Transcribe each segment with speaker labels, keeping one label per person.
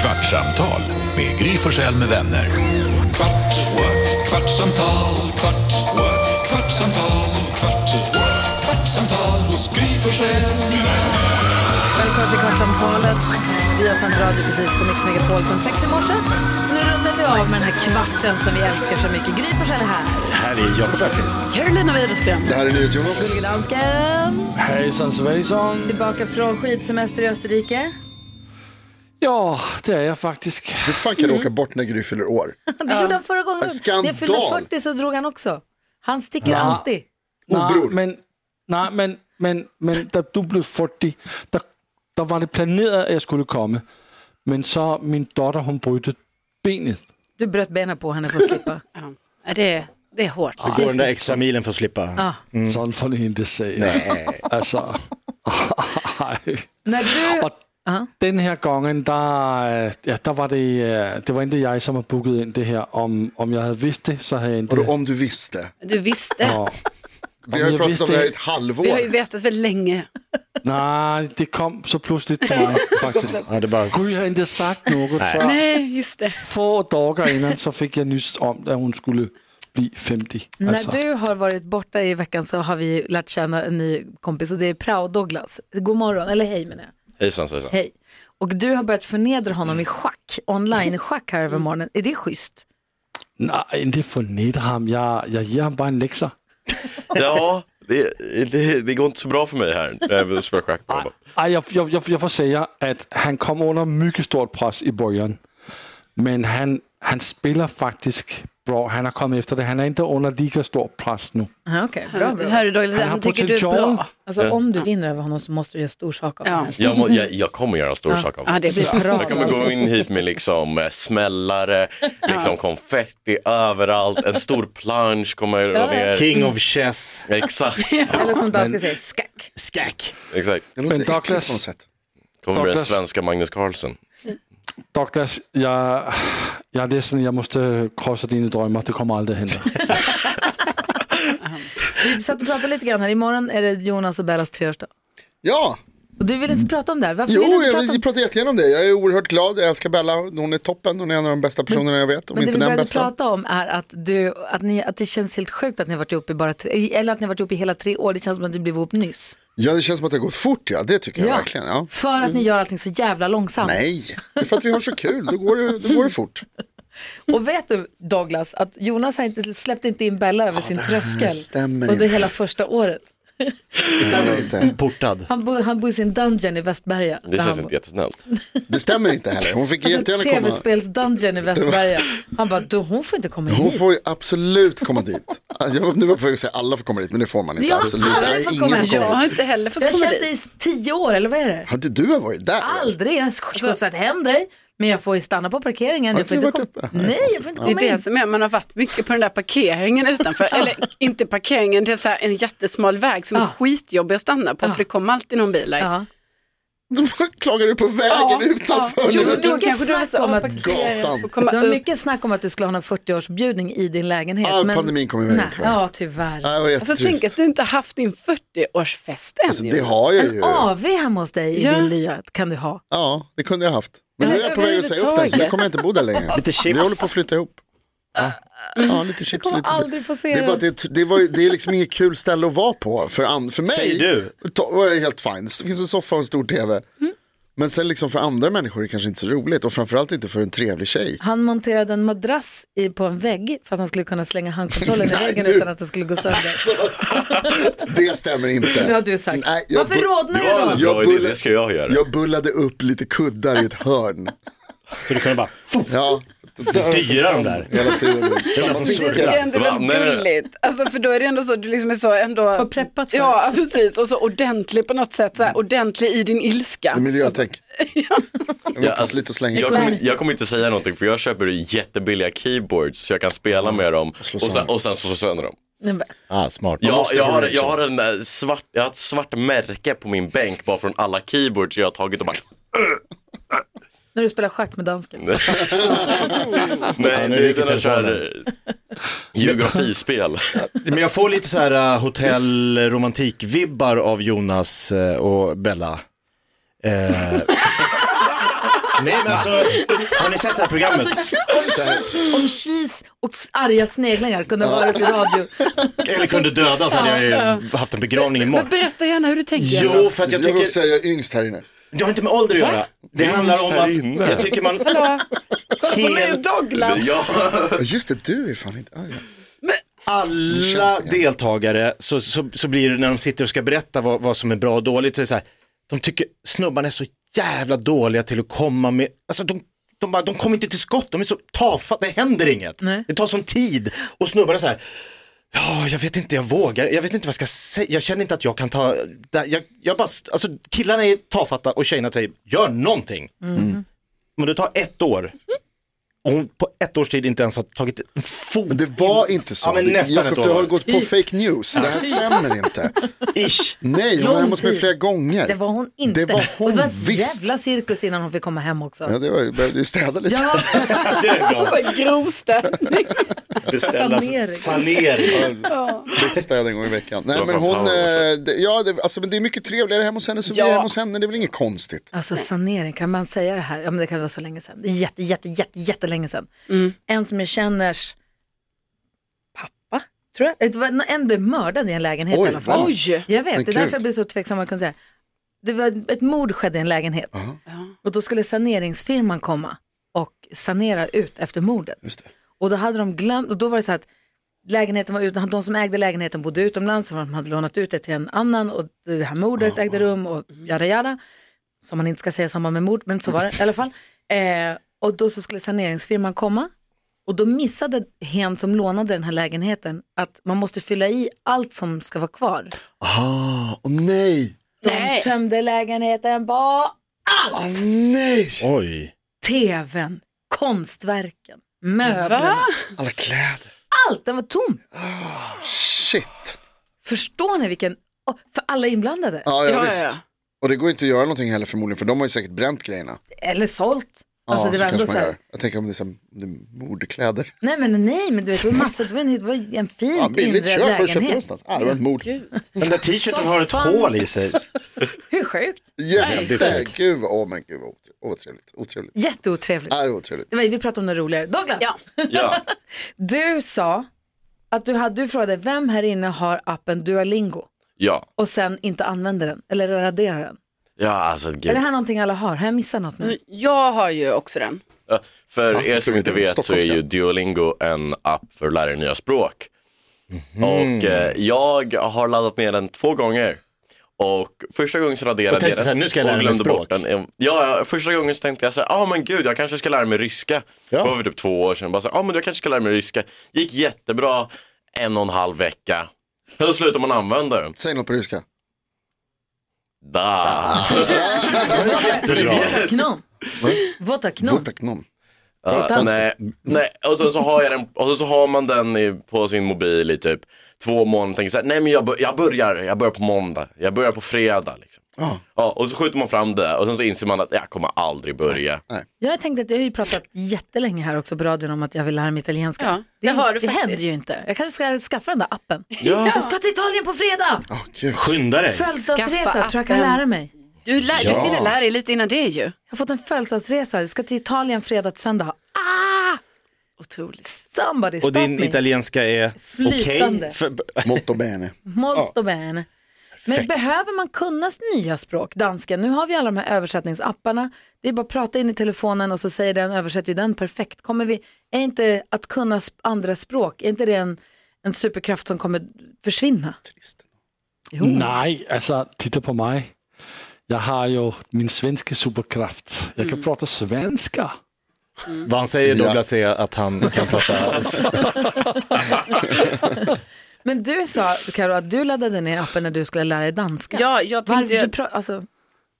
Speaker 1: Kvartsamtal med Gry Forssell med vänner. Kvart, what? kvartsamtal, kvart, what? kvartsamtal, kvart, what? kvartsamtal hos Gry Forssell med vänner.
Speaker 2: Välkommen till Kvartsamtalet. Vi har sänt radio precis på Mix Megapol sedan sex i morse. Nu rundar vi av med den här kvarten som vi älskar så mycket. Gry Forssell är här.
Speaker 3: Här är Jakob Öqvist.
Speaker 2: Carolina Widerström.
Speaker 4: Det här är NyhetsJonas.
Speaker 2: Dansken.
Speaker 3: Hejsan svejsan.
Speaker 2: Tillbaka från skidsemester i Österrike.
Speaker 3: Ja, det är jag faktiskt.
Speaker 4: Hur fan kan du
Speaker 2: Mm.
Speaker 4: åka bort när Gry fyller år?
Speaker 2: Det gjorde han förra gången.
Speaker 4: En skandal.
Speaker 2: När jag fyllde 40 så drog han också. Han sticker alltid.
Speaker 3: Nej,
Speaker 4: bror.
Speaker 3: men, nej, men, men, men da du blev 40, der, der var det planerat att jag skulle komma. Men så min dotter hon bröt benet.
Speaker 2: Du bröt benen på henne för att slippa.
Speaker 5: Ja, det, det är hårt.
Speaker 6: Går den där extra milen för att slippa?
Speaker 5: Ah.
Speaker 3: Mm. Sån får ni inte säga. Nej. Alltså, ej.
Speaker 2: När du...
Speaker 3: Och den här gången, där, eh, ja, där var det, eh, det var inte jag som har bokat in det här. Om, om jag hade visst det så hade jag inte...
Speaker 4: Vadå om du visste?
Speaker 5: Du visste.
Speaker 3: Ja.
Speaker 4: Vi har ju
Speaker 3: jag
Speaker 4: pratat om
Speaker 3: visste-
Speaker 4: det här i
Speaker 5: Vi
Speaker 4: ett
Speaker 5: har ju
Speaker 4: halvår.
Speaker 5: vetat väldigt länge.
Speaker 3: Nej, det kom så plötsligt till mig faktiskt.
Speaker 6: Ja, det är bara...
Speaker 3: Gry har inte sagt något för
Speaker 5: Nej, just det.
Speaker 3: få dagar innan så fick jag nyss om att hon skulle bli 50. Alltså,
Speaker 2: När du har varit borta i veckan så har vi lärt känna en ny kompis och det är Prao Douglas. God morgon, eller hej menar jag.
Speaker 6: Hejsan svejsan.
Speaker 2: Hej. Och du har börjat förnedra honom i schack, online-schack här över morgonen. Är det schysst?
Speaker 3: Nej, inte förnedra honom. Jag, jag ger honom bara en läxa.
Speaker 7: Ja, det, det, det går inte så bra för mig här när jag vill spela schack. på honom.
Speaker 3: Ej, jag, jag, jag, jag får säga att han kom under mycket stor press i början. Men han, han spelar faktiskt bra. Han har kommit efter det. Han är inte under lika stor press nu.
Speaker 2: Aha, Okej, bra. bra.
Speaker 5: Hör du Douglas,
Speaker 3: Han
Speaker 5: han,
Speaker 3: har
Speaker 5: tycker du är
Speaker 3: potential.
Speaker 5: bra.
Speaker 2: Alltså om du vinner över honom så måste du göra stor sak av det.
Speaker 5: Ja.
Speaker 2: här.
Speaker 7: Jag, må, jag, jag kommer göra en stor sak av
Speaker 5: Ja,
Speaker 7: det.
Speaker 5: det blir bra.
Speaker 7: Jag kommer gå in hit med liksom eh, smällare, liksom konfetti överallt, en stor plansch kommer jag rulla ner.
Speaker 6: King of chess.
Speaker 7: Exakt,
Speaker 2: Eller som dansken säger, skack.
Speaker 6: Skack.
Speaker 7: exakt.
Speaker 4: Det låter
Speaker 3: Men
Speaker 4: äckligt
Speaker 3: Douglas-
Speaker 4: på något sätt.
Speaker 7: Kommer bli den
Speaker 3: Douglas.
Speaker 7: svenska Magnus Carlsen.
Speaker 3: Douglas, jag, jag är ledsen. Jag måste krossa dina drömmar. Det kommer aldrig hända.
Speaker 2: Vi satt och pratade lite grann här. Imorgon är det Jonas och Bellas treårsdag.
Speaker 4: Ja,
Speaker 2: Och du vill inte prata om det här. Varför vill
Speaker 4: jo,
Speaker 2: du inte
Speaker 4: jag
Speaker 2: prata
Speaker 4: vi
Speaker 2: om
Speaker 4: pratar jättegärna om det. Jag är oerhört glad, jag älskar Bella. Hon är toppen, hon är en av de bästa personerna jag vet,
Speaker 2: men
Speaker 4: om
Speaker 2: det vi
Speaker 4: inte den
Speaker 2: började
Speaker 4: bästa.
Speaker 2: prata om är att, du, att, ni, att det känns helt sjukt att ni har varit ihop i bara tre, eller att ni har varit ihop i hela tre år. Det känns som att ni blev ihop nyss.
Speaker 4: Ja, det känns som att det har gått fort, ja. Det tycker jag verkligen. Ja. Mm.
Speaker 2: För att ni gör allting så jävla långsamt.
Speaker 4: Nej, det är för att vi har så kul, då går det, då går det fort.
Speaker 2: Och vet du Douglas, att Jonas har inte, släppte inte in Bella över sin tröskel
Speaker 4: stämmer
Speaker 2: under
Speaker 4: inte.
Speaker 2: hela första året.
Speaker 4: Det stämmer inte.
Speaker 6: Portad.
Speaker 2: Han bor, han bor i sin dungeon i Västberga.
Speaker 7: Det
Speaker 2: Där
Speaker 7: känns
Speaker 2: han
Speaker 7: inte jättesnällt.
Speaker 4: Det stämmer inte heller. Hon fick jättegärna
Speaker 2: bor.
Speaker 4: komma.
Speaker 2: Tv-spels-dungeon i Västberga. Han bara, "Du, hon får inte komma
Speaker 4: Hon
Speaker 2: hit.
Speaker 4: får ju absolut komma dit. Alltså, jag, nu var jag på väg att säga alla får komma dit, men det får man inte.
Speaker 2: Ja,
Speaker 4: absolut.
Speaker 2: alla
Speaker 4: Nej,
Speaker 2: får
Speaker 4: ingen
Speaker 2: komma.
Speaker 4: får
Speaker 5: Jag
Speaker 4: komma dit.
Speaker 5: har inte heller fått
Speaker 2: Jag har
Speaker 5: komma
Speaker 2: känt dig
Speaker 5: dit.
Speaker 2: i tio år, eller vad är det?
Speaker 4: Hade du varit där?
Speaker 2: Aldrig, jag
Speaker 5: Alltså-
Speaker 2: har skjutsat hem dig. Men jag får stanna på parkeringen. Jag
Speaker 4: inte
Speaker 2: får inte
Speaker 4: varit
Speaker 2: komma.
Speaker 4: uppe? Alltså,
Speaker 2: Nej, jag får inte
Speaker 5: Det är
Speaker 2: komma in.
Speaker 5: det som är, man har varit mycket på den där parkeringen utanför. Eller inte parkeringen, det är så här en jättesmal väg som är skitjobbig att stanna på för det kommer alltid någon bil där.
Speaker 2: Ja.
Speaker 4: Då klagar du på vägen utanför
Speaker 2: Jo,
Speaker 4: nu.
Speaker 2: men- mycket
Speaker 5: kanske du
Speaker 2: snack
Speaker 5: vet så,
Speaker 2: om
Speaker 5: "Ah,
Speaker 2: att-
Speaker 5: parkeringen får
Speaker 4: Gatan.
Speaker 5: komma
Speaker 2: Det var
Speaker 5: upp."
Speaker 2: mycket snack om att du skulle ha en 40-årsbjudning i din lägenhet.
Speaker 4: Ja, pandemin kom iväg,
Speaker 2: Nej,
Speaker 4: tyvärr.
Speaker 2: Ja, tyvärr.
Speaker 4: Ja, det var
Speaker 5: Alltså
Speaker 4: jättetrist.
Speaker 5: tänk att du inte har haft din 40-årsfest än.
Speaker 4: Alltså, det
Speaker 5: Jonas.
Speaker 4: har jag ju.
Speaker 2: AV hemma hos dig i
Speaker 5: Ja.
Speaker 2: din lya kan du ha.
Speaker 4: Ja, det kunde jag haft. Men nu är jag på väg att säga upp den, så nu kommer jag inte bo där längre.
Speaker 6: Lite chips.
Speaker 4: Vi håller på att flytta ihop. Ja, lite chips och
Speaker 2: kommer
Speaker 4: lite
Speaker 2: aldrig få se
Speaker 4: det är, bara, att
Speaker 2: den.
Speaker 4: det, det, var, ju- det är liksom inget kul ställe att vara på för, an, för mig.
Speaker 6: Säger du?
Speaker 4: to- var det helt fine. Det finns en soffa och en stor tv.
Speaker 2: Mm.
Speaker 4: Men sen liksom för andra människor är det kanske inte så roligt och framförallt inte för en trevlig tjej.
Speaker 2: Han monterade en madrass i, på en vägg för att han skulle kunna slänga handkontrollen i
Speaker 4: Nej,
Speaker 2: väggen
Speaker 4: nu.
Speaker 2: utan att den skulle gå sönder.
Speaker 4: Det stämmer inte.
Speaker 2: Det har du sagt.
Speaker 4: Nej, jag
Speaker 2: Varför
Speaker 4: bu-
Speaker 2: rodnar
Speaker 7: Det
Speaker 2: du
Speaker 7: var
Speaker 2: då?
Speaker 7: en bra idé,
Speaker 4: bullar-
Speaker 7: det ska jag göra.
Speaker 4: Jag bullade upp lite kuddar i ett hörn.
Speaker 6: Så du kunde bara,
Speaker 4: Ja,
Speaker 6: dyra de där.
Speaker 4: hela tiden.
Speaker 6: Det är som
Speaker 5: Det tycker jag
Speaker 6: surfar.
Speaker 5: ändå är
Speaker 7: Va?
Speaker 5: väldigt
Speaker 7: Nej, nej, nej.
Speaker 5: gulligt. Alltså, för då är det ändå så, du liksom är så ändå...
Speaker 2: Och preppat för.
Speaker 5: Ja, precis. Och så ordentlig på något sätt, så
Speaker 7: Mm.
Speaker 5: här, ordentlig i din ilska.
Speaker 4: Miljötänk. Jag vill
Speaker 7: Ja,
Speaker 4: inte
Speaker 7: alltså,
Speaker 4: slita och slänga.
Speaker 7: Jag kommer, jag kommer inte säga någonting för jag köper jättebilliga keyboards så jag kan spela med dem och sen,
Speaker 4: sönder.
Speaker 7: och sen slå sönder dem.
Speaker 2: Nu bara,
Speaker 6: Ah, smart.
Speaker 7: Jag,
Speaker 4: måste
Speaker 7: jag,
Speaker 4: få
Speaker 7: har,
Speaker 4: reaction.
Speaker 7: jag, har en eh, svart, jag har ett svart märke på min bänk bara från alla keyboards jag har tagit och bara
Speaker 2: När du spelar schack med dansken.
Speaker 6: Ja,
Speaker 7: Nej,
Speaker 6: nu
Speaker 7: det är
Speaker 6: ryker
Speaker 7: den här kör
Speaker 6: telefonen.
Speaker 7: geografispel.
Speaker 6: Men jag får lite så här uh, hotellromantik-vibbar av Jonas eh, och Bella. Eh, Nej men alltså, har ni sett det här programmet?
Speaker 2: Alltså, om Cheese- om Cheese och s- arga sneglingar kunde vara i radio.
Speaker 6: Eller kunde dödas hade jag ju haft en begravning
Speaker 5: Men
Speaker 6: imorgon.
Speaker 5: berätta gärna hur du tänker.
Speaker 6: Jo, för att jag
Speaker 4: Jag vill
Speaker 6: tycker,
Speaker 4: säga jag är yngst här inne.
Speaker 6: det har inte med ålder att göra. Det handlar om
Speaker 7: Finns där inne.
Speaker 6: att, jag tycker man
Speaker 5: Nu
Speaker 6: helt,
Speaker 5: Douglas.
Speaker 7: Ja,
Speaker 4: Ja, Just det, du är fan inte... Ah, ja.
Speaker 6: alla deltagare, så, så, så blir det när de sitter och ska berätta vad, vad som är bra och dåligt, så är det så här, de tycker snubbarna är så jävla dåliga till att komma med, alltså de de, bara, de kommer inte till skott, de är så tafatta, det händer inget. Det tar sån tid. Och snubbarna så här, ja jag vet inte, jag vågar, jag vet inte vad jag ska säga, jag känner inte att jag kan ta, där- jag, jag bara, alltså killarna är tafatta och tjejerna säger, gör någonting. Men det tar ett år. Och hon på ett års tid inte ens har tagit en fot.
Speaker 4: Men det var inte så.
Speaker 6: Ja, men nästan
Speaker 4: Jakob,
Speaker 6: ett år
Speaker 4: du har
Speaker 6: var det.
Speaker 4: gått på fake news. Det här stämmer inte.
Speaker 6: Ish.
Speaker 4: Nej, hon var
Speaker 2: Lång
Speaker 4: hemma hos mig
Speaker 2: tid.
Speaker 4: flera gånger.
Speaker 2: Det var hon inte.
Speaker 4: Det var
Speaker 2: och
Speaker 4: hon,
Speaker 2: det var ett
Speaker 4: visst.
Speaker 2: jävla cirkus innan hon fick komma hem också.
Speaker 4: Ja, det var, behövde ju städa lite.
Speaker 2: Ja,
Speaker 6: Det är bra.
Speaker 5: Grov stämning.
Speaker 6: Beställa
Speaker 2: Sanering.
Speaker 6: sanering.
Speaker 4: Städa en gång i veckan. Nej,
Speaker 7: var
Speaker 4: men
Speaker 7: fan
Speaker 4: hon,
Speaker 7: power,
Speaker 4: eh, det, ja, det, alltså, men det är mycket trevligare hemma hos henne så vi är
Speaker 5: Ja.
Speaker 4: hemma hos henne. Det är väl inget konstigt.
Speaker 2: alltså sanering, kan man säga det här? Ja, men det kan vara så länge sedan. Det är jätte, jätte, jätte, jättelänge sedan.
Speaker 4: Mm.
Speaker 2: En som jag känners pappa, tror jag. Eh, Det var- En blev mördad i en lägenhet
Speaker 4: Oj,
Speaker 2: i alla fall.
Speaker 4: va?
Speaker 5: Oj.
Speaker 2: Jag vet,
Speaker 4: Men
Speaker 2: det är därför
Speaker 4: kul.
Speaker 2: jag blir så tveksam. vad Jag kan säga. Det var ett mord skedde i en lägenhet och då skulle saneringsfirman komma och sanera ut efter mordet.
Speaker 4: Just det.
Speaker 2: Och då hade de glömt, och då var det så att lägenheten var utan, de som ägde lägenheten bodde utomlands, så de hade lånat ut det till en annan och det här mordet ägde rum och jada jada. Som man inte ska säga i samband med mord, men så var det i alla fall. Eh, och då så skulle saneringsfirman komma och då missade hen som lånade den här lägenheten att man måste fylla i allt som ska vara kvar.
Speaker 4: Ah, åh nej.
Speaker 2: De
Speaker 5: Nej.
Speaker 2: tömde lägenheten på
Speaker 4: Åh nej.
Speaker 6: Oj.
Speaker 2: tvn, konstverken, möblerna.
Speaker 5: Va?
Speaker 4: Alla kläder.
Speaker 2: Allt, den var tom.
Speaker 4: Shit.
Speaker 2: Förstår ni vilken, Åh, för alla inblandade.
Speaker 4: Ja, ja,
Speaker 5: Ja, ja,
Speaker 4: visst.
Speaker 5: ja.
Speaker 4: Och det går inte att göra någonting heller förmodligen för de har ju säkert bränt grejerna.
Speaker 2: Eller sålt.
Speaker 4: Ja,
Speaker 2: Alltså, det
Speaker 4: så
Speaker 2: var ändå
Speaker 4: kanske
Speaker 2: så
Speaker 4: man
Speaker 2: här,
Speaker 4: gör. Jag tänker om det är, så här, om det är mordkläder.
Speaker 2: nej men nej, men du vet, det var massor, det var en, det var en fint
Speaker 4: Ja,
Speaker 2: inredd
Speaker 4: billigt köp, har du köpt det
Speaker 2: lägenhet.
Speaker 4: någonstans? Ah, det var ett mord.
Speaker 6: Den där t-shirten har ett hål i sig.
Speaker 2: Hur sjukt?
Speaker 4: Jätte, gud, åh men gud vad otre- otrevligt. Otrevligt.
Speaker 2: Jätteotrevligt.
Speaker 4: Ah, det är otrevligt.
Speaker 2: Det var, vi pratade om något roligare. Douglas,
Speaker 5: Ja.
Speaker 7: ja.
Speaker 2: du sa att du, hade, du frågade vem här inne har appen Duolingo
Speaker 7: ja.
Speaker 2: och sen inte använder den eller raderar den.
Speaker 7: Ja, alltså
Speaker 2: Är
Speaker 7: gud.
Speaker 2: det här någonting alla har? Har jag missat något nu?
Speaker 5: Jag har ju också den.
Speaker 7: Ja, För er som inte
Speaker 4: det är
Speaker 7: vet så är
Speaker 4: stockholmska.
Speaker 7: ju Duolingo en app för att lära er nya språk.
Speaker 6: Mhm.
Speaker 7: Och eh, jag har laddat ner den två gånger. Och första gången så raderade
Speaker 6: Och tänkte
Speaker 7: jag den
Speaker 6: så här, nu ska jag
Speaker 7: och
Speaker 6: lära mig
Speaker 7: glömde
Speaker 6: språk.
Speaker 7: bort den. Ja, ja, första gången så tänkte jag så här, ah, men gud jag kanske ska lära mig ryska.
Speaker 6: Ja.
Speaker 7: Det var för typ två år sedan. Bara så här, ah, men jag kanske ska lära mig ryska. Gick jättebra en och en halv vecka. Helt slut om man använder den.
Speaker 4: Säg något på ryska.
Speaker 7: Da.
Speaker 6: Bra.
Speaker 2: Knom. Vota knom.
Speaker 4: Votaknom.
Speaker 7: Ja, nej, nej. Och, sen så har jag den, och sen så har man den i, på sin mobil i typ två månader och tänker så här, nej men jag, bör, jag börjar, jag börjar på måndag, jag börjar på fredag. Liksom.
Speaker 4: Ja.
Speaker 7: Ja, och så skjuter man fram det där och sen så inser man att jag kommer aldrig börja.
Speaker 2: Jag tänkte att jag har ju pratat jättelänge här också på radion om att jag vill lära mig italienska.
Speaker 5: Ja, det har du
Speaker 2: det
Speaker 5: faktiskt.
Speaker 2: händer ju inte. Jag kanske ska skaffa den där appen. Jag ska till Italien på fredag!
Speaker 4: Ah, gud.
Speaker 6: Skynda dig.
Speaker 2: Födelsedagsresa,
Speaker 5: Skaffa
Speaker 2: tror jag kan
Speaker 5: appen.
Speaker 2: lära mig.
Speaker 5: Du lär,
Speaker 4: Ja.
Speaker 5: du ville lära dig lite innan det ju.
Speaker 2: Jag har fått en födelsedagsresa, jag ska till Italien fredag till söndag.
Speaker 5: Otroligt.
Speaker 2: Somebody stop
Speaker 6: Och din
Speaker 2: me.
Speaker 6: italienska är okej?
Speaker 2: Flytande.
Speaker 6: För-
Speaker 4: Molto bene.
Speaker 2: Molto bene. Men
Speaker 6: Perfekt.
Speaker 2: behöver man kunna nya språk? Danska, nu har vi alla de här översättningsapparna. Det är bara att prata in i telefonen och så säger den, översätter ju den perfekt. Kommer vi, är inte att kunna sp- andra språk, är inte det en, en superkraft som kommer försvinna? Jo.
Speaker 3: Nej, alltså titta på mig. Jag har ju min svenska superkraft. Jag kan prata svenska.
Speaker 6: Vad han säger Douglas är att han kan prata...
Speaker 2: Men du sa, Karo, att du laddade ner appen när du skulle lära dig danska.
Speaker 5: Ja, jag
Speaker 2: Varför,
Speaker 5: tänkte...
Speaker 2: du pra- alltså,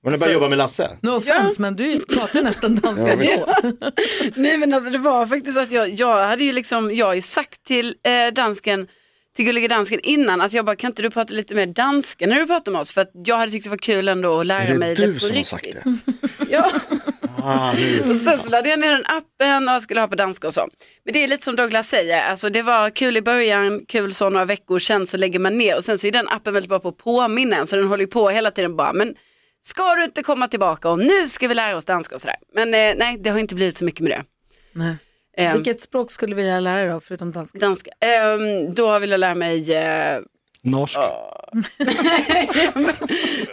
Speaker 6: Hon har börjat jobba med Lasse.
Speaker 2: no offense, men du pratar ju nästan danska
Speaker 4: Ja,
Speaker 2: ändå.
Speaker 4: visst.
Speaker 5: Nej men alltså det var faktiskt så att jag, jag hade ju liksom, jag har ju sagt till eh, dansken, till gullige dansken innan att jag bara kan inte du prata lite mer danska när du pratar med oss för att jag hade tyckt det var kul ändå att lära
Speaker 4: Är det
Speaker 5: mig
Speaker 4: du
Speaker 5: på
Speaker 4: som har
Speaker 5: riktigt.
Speaker 4: sagt det? Ah,
Speaker 5: Ja. och sen så laddade jag ner den appen och jag skulle ha på danska och så. Men det är lite som Douglas säger, alltså det var kul i början, kul så några veckor, sen så lägger man ner och sen så är den appen väldigt bra på att påminna en, så den håller ju på hela tiden bara, men ska du inte komma tillbaka och nu ska vi lära oss danska och sådär. Men eh, nej, det har inte blivit så mycket med det.
Speaker 2: Nej.
Speaker 5: Ehm,
Speaker 2: Vilket språk skulle vi vilja lära dig då, förutom danska?
Speaker 5: Danska. Ehm, då har jag velat lära mig, eh,
Speaker 3: Norsk.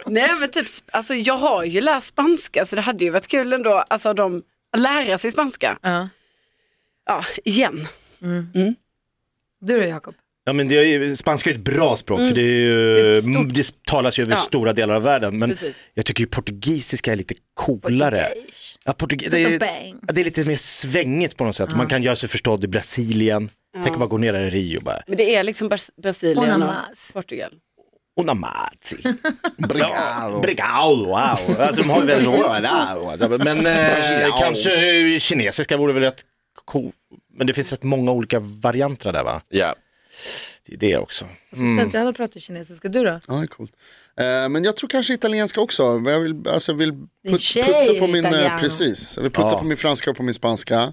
Speaker 5: nej men typ, sp- alltså jag har ju läst spanska så det hade ju varit kul ändå, alltså de, att lära sig spanska.
Speaker 2: Ja.
Speaker 5: Ja, igen.
Speaker 2: Du då Jakob?
Speaker 6: Ja, men det är ju, spanska är ett bra språk för det, är ju,
Speaker 5: Ett stort-
Speaker 6: Mm, det talas ju över
Speaker 5: Ja.
Speaker 6: stora delar av världen. Men
Speaker 5: Precis.
Speaker 6: jag tycker ju portugisiska är lite coolare. Ja, portug- det, är,
Speaker 2: Portugis.
Speaker 6: ja, det är lite mer svängigt på något sätt. Man kan göra sig förstådd i Brasilien. Tänk att bara gå ner där i Rio bara.
Speaker 5: Men det är liksom Bras- Brasilien och
Speaker 2: Onamas.
Speaker 5: Portugal.
Speaker 6: Una mazi. Brigado. Brigado, wow. Alltså de har ju väldigt wow. Alltså, Men eh, kanske eh, kinesiska vore väl rätt cool. Men det finns rätt många olika varianter där va?
Speaker 7: Ja.
Speaker 6: Det är det också.
Speaker 2: Mm. Alla pratar kinesiska, du då?
Speaker 4: Ja, det är coolt. Eh, men jag tror kanske italienska också. Men Jag vill, alltså, jag vill put,
Speaker 2: tjej
Speaker 4: putsa
Speaker 2: är
Speaker 4: på min, eh,
Speaker 2: italiano.
Speaker 4: precis. Jag vill putsa på min franska och på min spanska.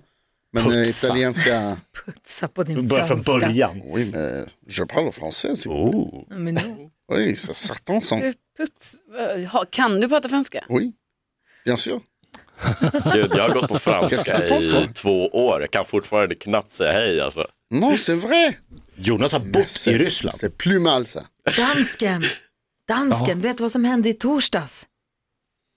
Speaker 4: Men eh,
Speaker 6: Putsa.
Speaker 4: italienska,
Speaker 2: Putsa på din
Speaker 6: Börja från
Speaker 2: franska.
Speaker 6: början.
Speaker 4: oui, mais je parle français.
Speaker 6: Oh.
Speaker 2: Men no.
Speaker 4: Oui, c'est certain. sans-
Speaker 5: Du, puts, eh, ha, kan du prata franska?
Speaker 4: Oui, bien sûr.
Speaker 7: Gud, jag har gått på franska
Speaker 4: Jag ska
Speaker 7: i två år. Jag kan fortfarande knappt säga hej alltså.
Speaker 4: Non, c'est vrai.
Speaker 6: Jonas har bott i Ryssland.
Speaker 4: C'est plus mal ça.
Speaker 2: Dansken, dansken, vet du vad som hände i torsdags?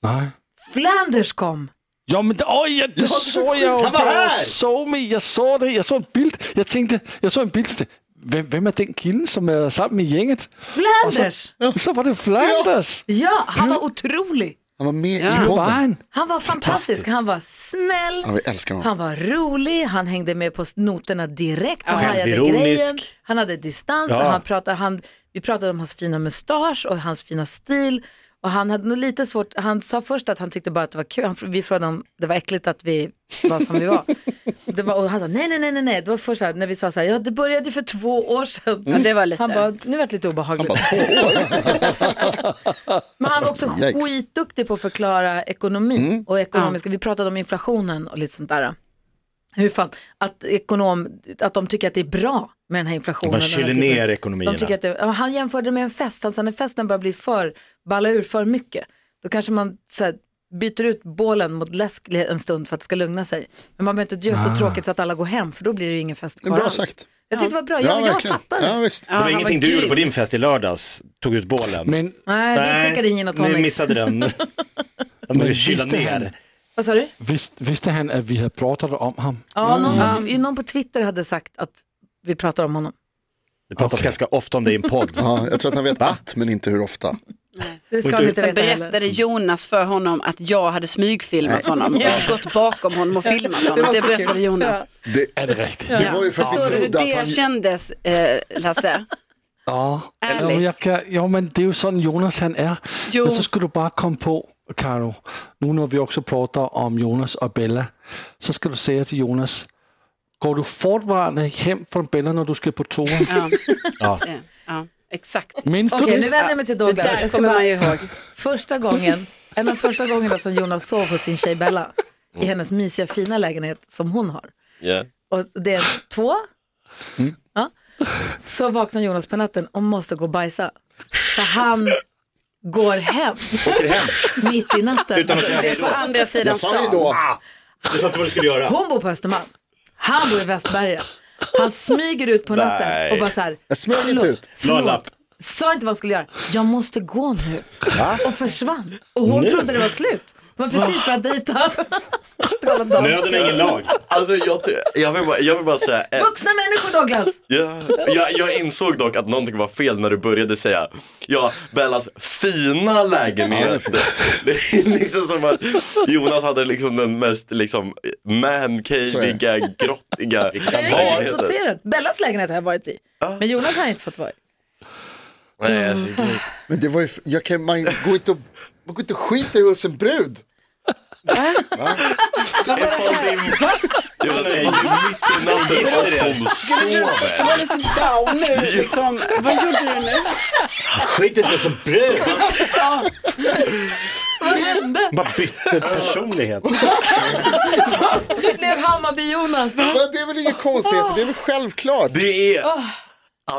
Speaker 3: Nej.
Speaker 2: Flanders kom.
Speaker 3: Jo, men det, oj, jag, det såg jag ju
Speaker 6: Han var
Speaker 3: på
Speaker 6: här!
Speaker 3: SoMe. Jag såg det. Jag såg en bild. Jag tänkte, jag såg en bild. så det- Vem, vem är den killen som är sammen med gänget?
Speaker 2: Flanders!
Speaker 3: Så var det Flanders.
Speaker 2: Ja, han var otrolig.
Speaker 4: Han var med
Speaker 5: Ja.
Speaker 4: i
Speaker 3: Hur var
Speaker 4: podden.
Speaker 3: han?
Speaker 2: Han var fantastisk, han var snäll.
Speaker 4: Ja, vi älskar honom.
Speaker 2: Han var rolig, han hängde med på noterna direkt, han hajade
Speaker 6: Självironisk.
Speaker 2: grejen, han hade distans,
Speaker 6: Ja.
Speaker 2: han pratade, han, vi pratade om hans fina mustasch och hans fina stil. Och han hade nog lite svårt, han sa först att han tyckte bara att det var kul, han, vi frågade om det var äckligt att vi var som vi var. Det var och han sa nej, nej, nej, nej, nej, det var först så här, när vi sa så här, ja det började ju för två år sedan.
Speaker 5: Ja, det var lite.
Speaker 2: Han bara, nu vart det lite obehagligt. Men han var också
Speaker 4: Yikes. Mm.
Speaker 2: skitduktig på att förklara ekonomi och ekonomiska. Vi pratade om inflationen och lite sånt där. Hur fan, att, ekonom, att de tycker att det är bra med den här inflationen.
Speaker 6: Man
Speaker 2: och den här
Speaker 6: kyler
Speaker 2: typen-
Speaker 6: ner
Speaker 2: de
Speaker 6: ekonomierna.
Speaker 2: tycker att det, ja, han jämförde med en fest, han sa när festen börjar bli för, balla ur för mycket, då kanske man så här, byter ut bålen mot läsk en stund för att det ska lugna sig. Men man behöver inte göra så tråkigt så att alla går hem, för då blir det ju ingen fest
Speaker 4: är
Speaker 2: kvar
Speaker 4: Ah. bra
Speaker 2: alls.
Speaker 4: sagt.
Speaker 2: Jag tyckte det var bra, jag, jag
Speaker 4: verkligen.
Speaker 2: fattar
Speaker 4: Ja,
Speaker 2: det.
Speaker 4: visst.
Speaker 6: Det var
Speaker 5: han
Speaker 6: ingenting
Speaker 5: var
Speaker 6: du gjorde
Speaker 5: grym.
Speaker 6: på din fest i lördags, tog ut bålen.
Speaker 3: Men
Speaker 2: Nej, vi skickade in gin och
Speaker 6: ni
Speaker 2: tonics.
Speaker 6: missade den. De
Speaker 3: Men
Speaker 6: vill kyla
Speaker 3: visste han-
Speaker 6: ner.
Speaker 2: Vad sa du?
Speaker 3: visst, visste han att vi hade pratat om honom?
Speaker 6: Mm.
Speaker 2: Ja, någon, på- någon på Twitter hade sagt att vi pratar om honom.
Speaker 6: Det pratas ganska ofta om det i en podd.
Speaker 4: Ja, jag tror att han vet att, men inte hur ofta.
Speaker 2: Det ska
Speaker 6: inte-
Speaker 2: ni inte
Speaker 5: Sen
Speaker 2: veta heller.
Speaker 5: berättade Jonas för honom att jag hade smygfilmat honom och gått bakom honom och filmat honom. Det berättade Jonas.
Speaker 4: Det,
Speaker 3: Är det riktigt?
Speaker 4: det var ju för att vi
Speaker 5: Förstår du hur
Speaker 4: trodde att han...
Speaker 5: det kändes, eh, Lasse?
Speaker 3: Ja.
Speaker 5: Ærligt.
Speaker 3: men, jag kan, jo, men det är ju sån Jonas han är.
Speaker 5: Jo.
Speaker 3: Men så ska du bara komma på, Karo, nu när vi också pratar om Jonas och Bella, så ska du säga till Jonas, går du fortfarande hem från Bella när du ska på toa?
Speaker 5: Ja,
Speaker 6: Ja.
Speaker 5: eh, ja exakt.
Speaker 3: Minns du
Speaker 2: Okej,
Speaker 3: det?
Speaker 2: nu vänder jag mig till Douglas.
Speaker 5: Det där
Speaker 2: jag ska
Speaker 5: kommer
Speaker 2: bara,
Speaker 5: man ju ihåg.
Speaker 2: första gången, en av första gångerna som Jonas sov hos sin tjej Bella i
Speaker 6: Mm.
Speaker 2: hennes mysiga fina lägenhet som hon har.
Speaker 7: Ja.
Speaker 2: Och det är en två.
Speaker 6: Mm.
Speaker 2: Ja. Så vaknar Jonas på natten och måste gå och bajsa. Så han går hem. Mitt i natten.
Speaker 6: Utan att
Speaker 2: Alltså,
Speaker 6: säga
Speaker 5: Det
Speaker 6: hej
Speaker 5: är på
Speaker 6: då.
Speaker 5: andra sidan
Speaker 4: Jag sa ju då,
Speaker 5: stan.
Speaker 6: Du sa inte vad du skulle göra.
Speaker 2: Hon bor på Östermalm. Han bor i Västberga. Han smyger ut på natten
Speaker 7: Nej.
Speaker 2: och bara så här.
Speaker 4: jag smög
Speaker 2: "Förlåt,
Speaker 4: inte ut.
Speaker 6: Lapp.
Speaker 2: Förlåt, sa inte vad han skulle göra. Jag måste gå nu. Och försvann. Och hon trodde det var slut. De har precis börjat dejta. Kolla dans.
Speaker 6: Nöden är ingen lag.
Speaker 7: Alltså, jag, ty- jag, vill bara, jag vill bara säga en,
Speaker 2: Vuxna människor Douglas.
Speaker 7: Ja, jag, jag insåg dock att någonting var fel när du började säga ja, Bellas fina lägenhet. Det är liksom som att Jonas hade liksom den mest liksom mancaveiga, grottiga
Speaker 2: Nej, Jag har inte fått
Speaker 7: lägenheten.
Speaker 2: se den. Bellas lägenhet har jag varit i. Men Jonas har jag inte fått vara i.
Speaker 7: Nej, alltså, gud.
Speaker 4: Men det var ju, jag kan, man går inte och, man går inte och skiter hos en brud.
Speaker 7: Det är fan din-
Speaker 4: Alltså,
Speaker 7: Jonas är ju mitt i natten och hon sover.
Speaker 5: Var lite down nu liksom. Vad gjorde du nu?
Speaker 6: Skit inte som brud.
Speaker 2: Vad hände?
Speaker 6: Bara bytte personlighet.
Speaker 2: Det blev Hammarby-Jonas.
Speaker 4: Men det är väl inga konstigheter, det är väl självklart.
Speaker 7: Det är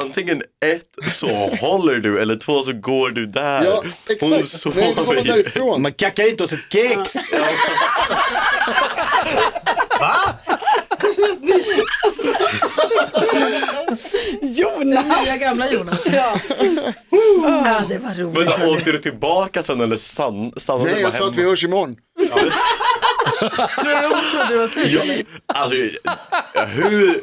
Speaker 7: antingen ett så håller du eller två så går du där.
Speaker 4: Ja,
Speaker 7: Hon
Speaker 4: exakt.
Speaker 7: sover
Speaker 4: Nej, då går man
Speaker 7: ju.
Speaker 4: därifrån.
Speaker 6: Man kackar inte oss ett kex.
Speaker 5: Jonas!
Speaker 2: Nya gamla Jonas.
Speaker 5: Ja.
Speaker 2: Ja, det var roligt.
Speaker 7: Vänta, åkte du tillbaka sen eller san- stannade du
Speaker 4: Nej,
Speaker 7: bara
Speaker 4: jag sa att vi
Speaker 7: hemma?
Speaker 4: hörs imorgon.
Speaker 2: Trodde du var slut
Speaker 7: Ja,
Speaker 2: eller?
Speaker 7: alltså, hur?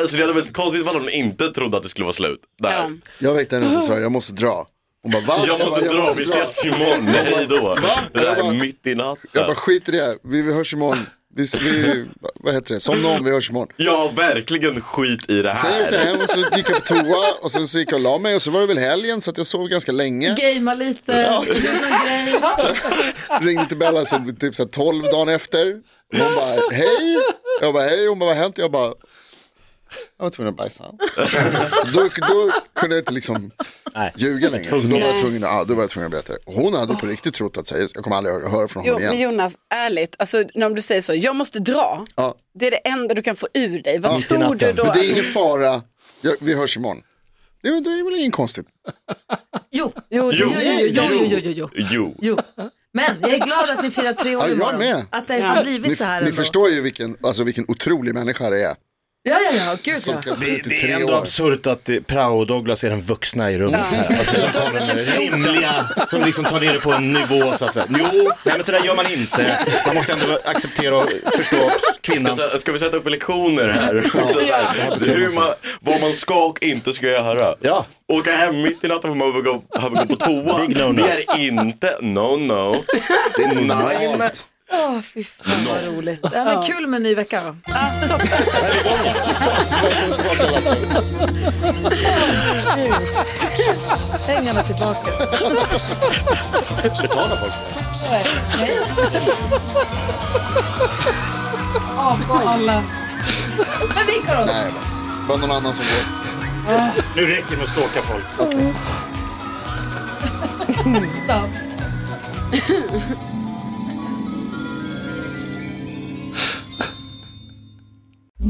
Speaker 7: Alltså, det hade varit konstigt om de inte trodde att det skulle vara slut. Där.
Speaker 5: Ja.
Speaker 4: Jag väckte henne och sa jag måste dra. Hon bara va?
Speaker 7: Jag måste
Speaker 4: bara,
Speaker 7: dra, vi ses imorgon. Hej då. Det där
Speaker 4: Jag bara-
Speaker 7: är mitt i
Speaker 4: Jag bara
Speaker 7: natten.
Speaker 4: skit i det, vi, vi hörs imorgon. Vi, vi, vad heter det? Somna om, vi hörs imorgon.
Speaker 7: Ja, verkligen skit i det
Speaker 4: Sen åkte jag
Speaker 7: här.
Speaker 4: hem och så gick jag på toa och sen så gick jag och la mig och så var det väl helgen så att jag sov ganska länge.
Speaker 2: Gamea lite. gjorde någon grej.
Speaker 4: Ringde till Bella sen typ så här 12 dagen efter. Och Hon bara hej. Jag bara hej, hon bara vad har hänt? Jag bara jag var tvungen att bajsa. Då, då kunde jag inte liksom
Speaker 6: Nej.
Speaker 4: ljuga längre. Så då var jag tvungen, ja, då var jag tvungen att berätta. det. Hon hade på riktigt trott att säga, jag kommer aldrig höra- höra från
Speaker 5: Jo,
Speaker 4: honom
Speaker 5: men
Speaker 4: igen.
Speaker 5: Jonas, ärligt, alltså, när du säger så, jag måste dra.
Speaker 4: Ja.
Speaker 5: Det är det enda du kan få ur dig. Vad
Speaker 6: Mitt i
Speaker 5: tror du
Speaker 6: natten.
Speaker 5: då?
Speaker 4: Men det är ingen fara, jag, vi hörs imorgon. Det, är- då är det väl inget konstigt.
Speaker 2: Jo.
Speaker 5: Jo,
Speaker 7: Jo.
Speaker 2: Jo, jo, jo, jo, jo, jo, jo.
Speaker 7: Jo.
Speaker 2: jo. Men jag är glad att ni firar tre år
Speaker 4: Ja, jag
Speaker 2: imorgon.
Speaker 4: med.
Speaker 2: Att det har blivit
Speaker 4: Ni,
Speaker 2: så här
Speaker 4: ni
Speaker 2: ändå.
Speaker 4: förstår ju vilken, alltså, vilken otrolig människa det är.
Speaker 2: Ja, ja, ja. Gud
Speaker 4: Som
Speaker 2: ja.
Speaker 4: kan stå
Speaker 6: Det,
Speaker 4: ut i
Speaker 6: det är
Speaker 4: tre
Speaker 6: ändå
Speaker 4: år.
Speaker 6: absurt att eh, Prao och Douglas är den vuxna i rummet här. Alltså, som tar den rimliga, som liksom tar ner det på en nivå så att säga. Jo, nej men sådär gör man inte. Man måste ändå acceptera och förstå
Speaker 7: Ska,
Speaker 6: kvinnans...
Speaker 7: sä- ska vi sätta upp lektioner här? Så här hur man, vad man ska och inte ska göra.
Speaker 6: Ja.
Speaker 7: Åka hem mitt i natten för man behöver gå, behöver gå på toa.
Speaker 6: Big no-no.
Speaker 7: Det är inte no no. Det är nine.
Speaker 2: Åh, fy fan vad roligt. Ja, men kul med en ny vecka då.
Speaker 4: Välkommen tillbaka Lasse.
Speaker 2: Pengarna tillbaka.
Speaker 6: Betala folk för det.
Speaker 2: Avgå alla. Men vilka då?
Speaker 4: Nej, bara någon annan som går.
Speaker 6: Nu räcker det med att stalka folk.
Speaker 2: Dansk.